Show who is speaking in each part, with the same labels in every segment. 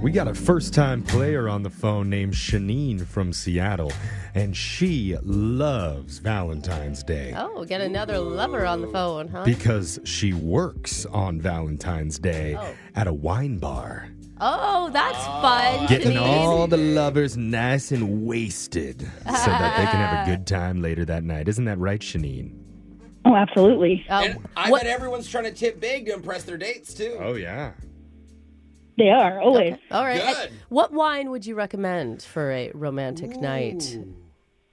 Speaker 1: We got a first time player on the phone named Shanine from Seattle, and she loves Valentine's Day
Speaker 2: Oh, get another lover on the phone, huh?
Speaker 1: because she works on Valentine's Day
Speaker 2: Oh.
Speaker 1: at a wine bar,
Speaker 2: oh, that's fun.
Speaker 1: getting
Speaker 2: Denise.
Speaker 1: all the lovers nice and wasted so that they can have a good time later that night. Isn't that right, Shanine?
Speaker 3: Oh, absolutely.
Speaker 2: Oh,
Speaker 4: And I
Speaker 2: what-
Speaker 4: bet everyone's trying to tip big to impress their dates too.
Speaker 1: Oh, yeah.
Speaker 3: They are always.
Speaker 2: all right.
Speaker 4: Good.
Speaker 2: What wine would you recommend for a romantic night?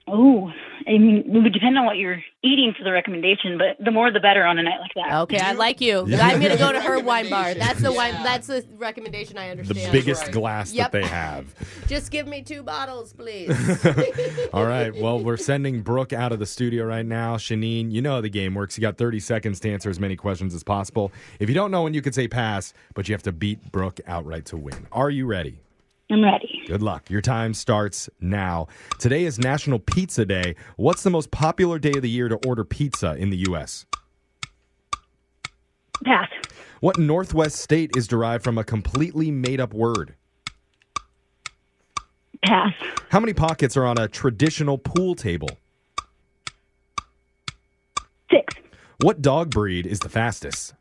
Speaker 3: Oh, I mean, it would depend on what you're eating for the recommendation, but the more the better on a night like that.
Speaker 2: Okay, I like you.
Speaker 1: Yeah.
Speaker 2: I'm gonna go to her wine bar.
Speaker 4: Recommendation.
Speaker 2: That's the wine.
Speaker 4: Yeah.
Speaker 2: That's the recommendation I
Speaker 1: The
Speaker 2: understand.
Speaker 1: biggest
Speaker 4: right.
Speaker 1: glass
Speaker 2: Yep.
Speaker 1: that they have.
Speaker 2: Just give me two bottles, please.
Speaker 1: All right. Well, we're sending Brooke out of the studio right now. Shanine, you know how the game works. You got 30 seconds to answer as many questions as possible. If you don't know when you can say pass, but you have to beat Brooke outright to win. Are you ready?
Speaker 3: I'm ready.
Speaker 1: Good luck. Your time starts now. Today is National Pizza Day. What's the most popular day of the year to order pizza in the U.S.?
Speaker 3: Pass.
Speaker 1: What Northwest state is derived from a completely made up word?
Speaker 3: Pass.
Speaker 1: How many pockets are on a traditional pool table?
Speaker 3: Six.
Speaker 1: What dog breed is the fastest?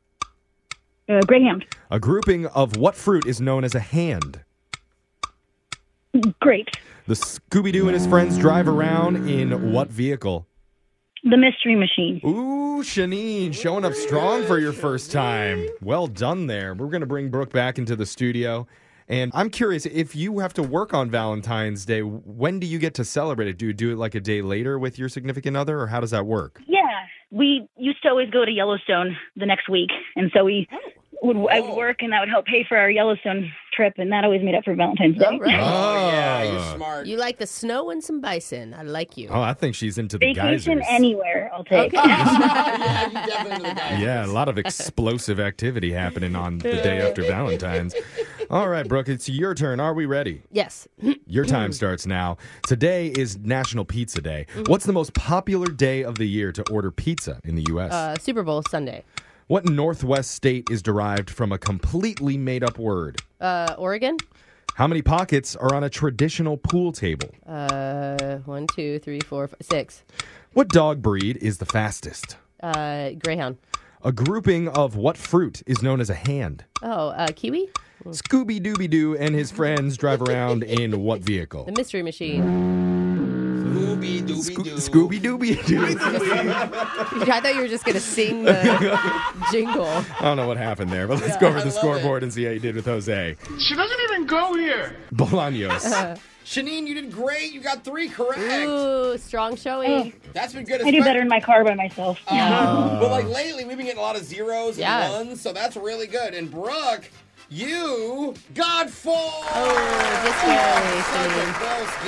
Speaker 3: Uh, Greyhound.
Speaker 1: A grouping of what fruit is known as a hand?
Speaker 3: Grapes.
Speaker 1: The Scooby Doo and his friends drive around in what vehicle?
Speaker 3: The mystery machine.
Speaker 1: Ooh, Shanine, showing up strong for your first time. Well done there. We're going to bring Brooke back into the studio. And I'm curious if you have to work on Valentine's Day, when do you get to celebrate it? Do you do it like a day later with your significant other, or how does that work?
Speaker 3: Yeah, we used to always go to Yellowstone the next week, and so we
Speaker 2: Oh.
Speaker 3: would I would work, and that would help pay for our Yellowstone trip, and that always made up for Valentine's Day.
Speaker 2: all right.
Speaker 4: Oh, yeah,
Speaker 1: Ah.
Speaker 4: you're smart.
Speaker 2: You like the snow and some bison. I like you.
Speaker 1: Oh, I think she's into the
Speaker 3: Vacation
Speaker 1: geysers.
Speaker 3: anywhere, I'll take.
Speaker 4: yeah, you definitely the guy.
Speaker 1: Yeah, a lot of explosive activity happening on the day after Valentine's. All right, Brooke, it's your turn. Are we ready?
Speaker 2: Yes.
Speaker 1: Your time starts now. Today is National Pizza Day.
Speaker 2: Mm-hmm.
Speaker 1: What's the most popular day of the year to order pizza in the U.S.?
Speaker 2: Uh, Super Bowl Sunday.
Speaker 1: what Northwest state is derived from a completely made up word?
Speaker 2: Uh, Oregon.
Speaker 1: How many pockets are on a traditional pool table?
Speaker 2: Uh, one, two, three, four, five, six.
Speaker 1: What dog breed is the fastest?
Speaker 2: Uh, Greyhound.
Speaker 1: A grouping of what fruit is known as a hand?
Speaker 2: Oh, uh, kiwi.
Speaker 1: Scooby Dooby Doo and his friends drive around in what vehicle?
Speaker 2: The mystery machine.
Speaker 4: Scooby
Speaker 1: Sco-
Speaker 4: Dooby Doo.
Speaker 1: Scooby Dooby Doo.
Speaker 2: I thought you were just gonna sing the jingle.
Speaker 1: I don't know what happened there, but let's go over
Speaker 4: I
Speaker 1: the
Speaker 4: love
Speaker 1: scoreboard and see how you did with Jose.
Speaker 5: She doesn't even go here.
Speaker 1: Bolaños.
Speaker 4: Shanine, you did great. You got three correct.
Speaker 2: Ooh, strong showing.
Speaker 4: That's been good.
Speaker 3: I do
Speaker 4: espe-
Speaker 3: better in my car by myself.
Speaker 2: Uh-huh.
Speaker 4: But like lately, we've been getting a lot of zeros
Speaker 2: Yeah.
Speaker 4: and ones, so that's really good. And Brooke, you got four.
Speaker 2: Oh, just barely, Shanine.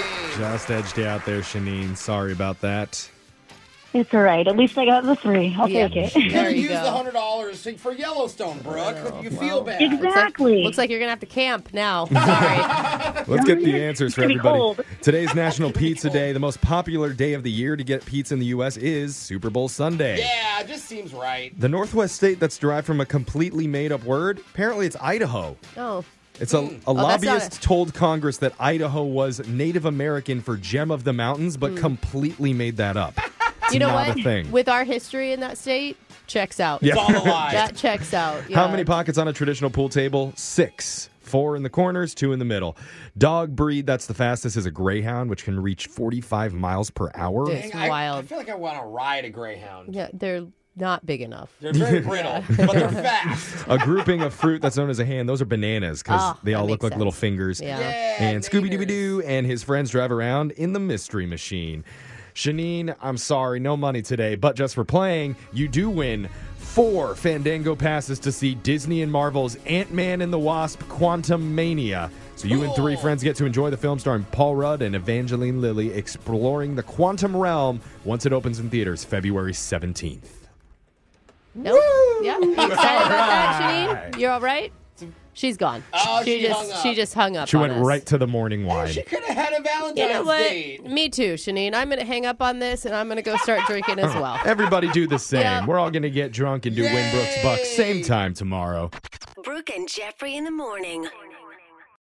Speaker 4: Close game.
Speaker 1: Just edged you out there, Shanine. Sorry about that.
Speaker 3: It's all right. At least I got the three. I'll
Speaker 2: Yeah.
Speaker 3: take it.
Speaker 2: There
Speaker 4: Could
Speaker 2: you
Speaker 4: use
Speaker 2: go.
Speaker 4: the hundred dollars for Yellowstone, Brooke. you feel bad.
Speaker 2: Looks like-
Speaker 3: Exactly.
Speaker 2: Looks like you're gonna have to camp now. Sorry.
Speaker 1: Let's get the answers for
Speaker 3: gonna be
Speaker 1: everybody.
Speaker 3: cold.
Speaker 1: Today's National Pizza Day. The most popular day of the year to get pizza in the U.S. is Super Bowl Sunday.
Speaker 4: Yeah, it just seems right.
Speaker 1: The Northwest state that's derived from a completely made up word, apparently it's Idaho.
Speaker 2: Oh,
Speaker 1: It's a, a
Speaker 2: that's not
Speaker 1: lobbyist
Speaker 2: it.
Speaker 1: told Congress that Idaho was Native American for gem of the mountains, but completely made that up. It's
Speaker 2: Hmm. you know
Speaker 1: not
Speaker 2: what?
Speaker 1: a thing.
Speaker 2: With our history in that state, checks out.
Speaker 4: It's all a lie.
Speaker 2: That checks out.
Speaker 1: How
Speaker 2: yeah.
Speaker 1: many pockets on a traditional pool table? Six. Four in the corners, two in the middle. Dog breed that's the fastest is a greyhound, which can reach 45 miles per hour.
Speaker 2: Dude. It's
Speaker 4: I,
Speaker 2: wild.
Speaker 4: I feel like I want to ride a greyhound.
Speaker 2: Yeah, they're not big enough.
Speaker 4: They're very brittle, but they're fast.
Speaker 1: A grouping of fruit that's known as a hand. Those are bananas because
Speaker 2: Ah,
Speaker 1: they all
Speaker 2: that
Speaker 1: look
Speaker 2: makes
Speaker 1: like little
Speaker 2: sense.
Speaker 1: fingers.
Speaker 2: Yeah.
Speaker 4: Yeah,
Speaker 1: And Scooby Dooby
Speaker 4: Niners.
Speaker 1: Doo and his friends drive around in the mystery machine. Shanine, I'm sorry, no money today, but just for playing, you do win four Fandango passes to see Disney and Marvel's Ant Man and the Wasp Quantum Mania. So you and three
Speaker 4: Cool.
Speaker 1: friends get to enjoy the film starring Paul Rudd and Evangeline Lilly exploring the quantum realm once it opens in theaters February 17th.
Speaker 2: Nope. Yeah. You excited about that, Shanine? You're all right? She's gone.
Speaker 4: Oh, she
Speaker 2: just
Speaker 4: hung up.
Speaker 2: she just hung up.
Speaker 1: She
Speaker 2: on
Speaker 1: went
Speaker 2: us.
Speaker 1: right to the morning wine.
Speaker 4: She could have had a Valentine's
Speaker 2: You know what?
Speaker 4: date.
Speaker 2: Me too, Shanine. I'm gonna hang up on this and I'm gonna go start drinking as well.
Speaker 1: Everybody do the same.
Speaker 2: Yeah.
Speaker 1: We're all going to get drunk and do Winbrook's Bucks same time tomorrow.
Speaker 6: Brooke and Jeffrey in the morning.